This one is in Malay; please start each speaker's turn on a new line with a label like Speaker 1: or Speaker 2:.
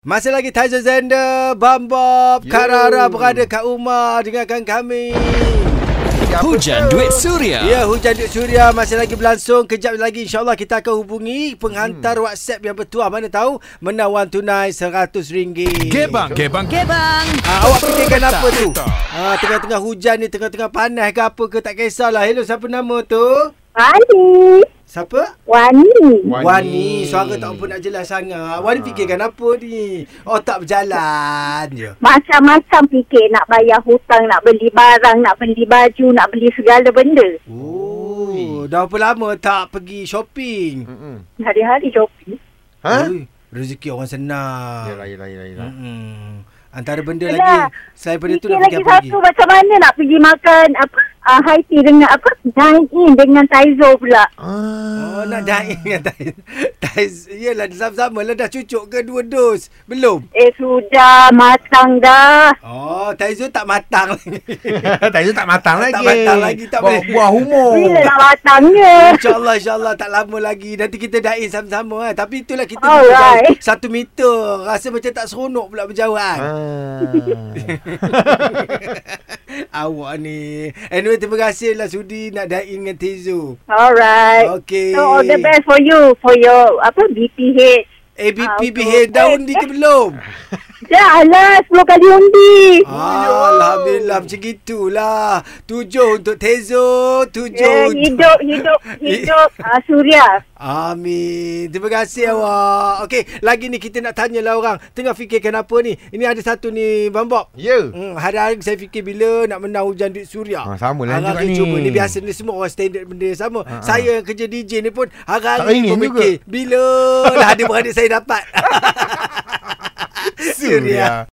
Speaker 1: Masih lagi Tyson Zender, Bambop,
Speaker 2: Yo.
Speaker 1: Karara berada kat rumah dengarkan kami.
Speaker 3: Hujan Duit Suria.
Speaker 1: Ya, hujan duit suria masih lagi berlangsung. Kejap lagi insyaAllah kita akan hubungi penghantar WhatsApp yang bertuah. Mana tahu menawan tunai RM100.
Speaker 2: Gebang, gebang.
Speaker 4: Gebang.
Speaker 1: Ah, awak fikirkan apa tu? Ah, tengah-tengah hujan ni, tengah-tengah panas ke apa ke, tak kisahlah. Hello, siapa nama tu?
Speaker 5: Wani.
Speaker 1: Siapa?
Speaker 5: Wani.
Speaker 1: Wani. Wani. Suara tak pun nak jelas sangat. Wani fikirkan apa ni? Otak berjalan je.
Speaker 5: Macam-macam fikir nak bayar hutang, nak beli barang, nak beli baju, nak beli segala benda.
Speaker 1: Oh, dah berapa lama tak pergi shopping?
Speaker 2: Mm-mm.
Speaker 5: Hari-hari shopping.
Speaker 2: Ha?
Speaker 1: Ui, Mm. rezeki orang senang.
Speaker 2: Yelah, yelah, yelah, yelah.
Speaker 1: Mm-mm. Antara benda
Speaker 5: Yelah.
Speaker 1: lagi selain benda tu
Speaker 5: Fikir
Speaker 1: nak
Speaker 5: lagi
Speaker 1: pergi apa lagi?
Speaker 5: satu macam mana nak pergi makan apa uh, high tea dengan apa dine in dengan Taizo pula.
Speaker 2: Ah.
Speaker 1: Oh, nak dine dengan Thais. Thais, yelah sama-sama lah dah cucuk ke dua dos? Belum.
Speaker 5: Eh sudah matang dah.
Speaker 1: Oh, Taizo tak matang lagi.
Speaker 2: tak itu tak matang
Speaker 1: Tak
Speaker 2: lagi.
Speaker 1: matang lagi, tak
Speaker 2: Buah-
Speaker 1: boleh.
Speaker 2: Buah
Speaker 1: Oh.
Speaker 2: humur.
Speaker 5: Bila nak matangnya?
Speaker 1: InsyaAllah, insyaAllah tak lama lagi. Nanti kita dain sama-sama. Eh. Tapi itulah kita jauh.
Speaker 5: Alright.
Speaker 1: satu meter. Rasa macam tak seronok pula
Speaker 2: Ha?
Speaker 1: berjauhan.
Speaker 2: Ah.
Speaker 1: Awak ni. Anyway, terima kasihlah Sudi nak dain dengan Taizo.
Speaker 5: Alright.
Speaker 1: Okey.
Speaker 5: So all the best Ah, for you for your apa BPH.
Speaker 1: ABP
Speaker 5: Aduh.
Speaker 1: behave down ni ke belum?
Speaker 5: Dah lah 10 kali undi.
Speaker 1: Ah, Alhamdulillah macam gitulah. Tujuh untuk Tezo, tujuh
Speaker 5: Eh,
Speaker 1: untuk...
Speaker 5: hidup hidup hidup uh, Suria.
Speaker 1: Amin. Terima kasih awak. Okey, lagi ni kita nak tanyalah orang. Tengah fikirkan apa ni? Ini ada satu ni, Bang Bob.
Speaker 2: Ya.
Speaker 1: Hmm, hari-hari saya fikir bila nak menang hujan duit suria.
Speaker 2: Ah, sama lah
Speaker 1: Hari-hari cuba.
Speaker 2: juga ni.
Speaker 1: Ni biasa ni semua orang standard benda yang sama.
Speaker 2: ah.
Speaker 1: Saya yang kerja DJ ni pun
Speaker 2: Tak
Speaker 1: hari-hari
Speaker 2: ingin
Speaker 1: pun fikir. Bila lah adik-beradik saya dapat.
Speaker 2: Suria.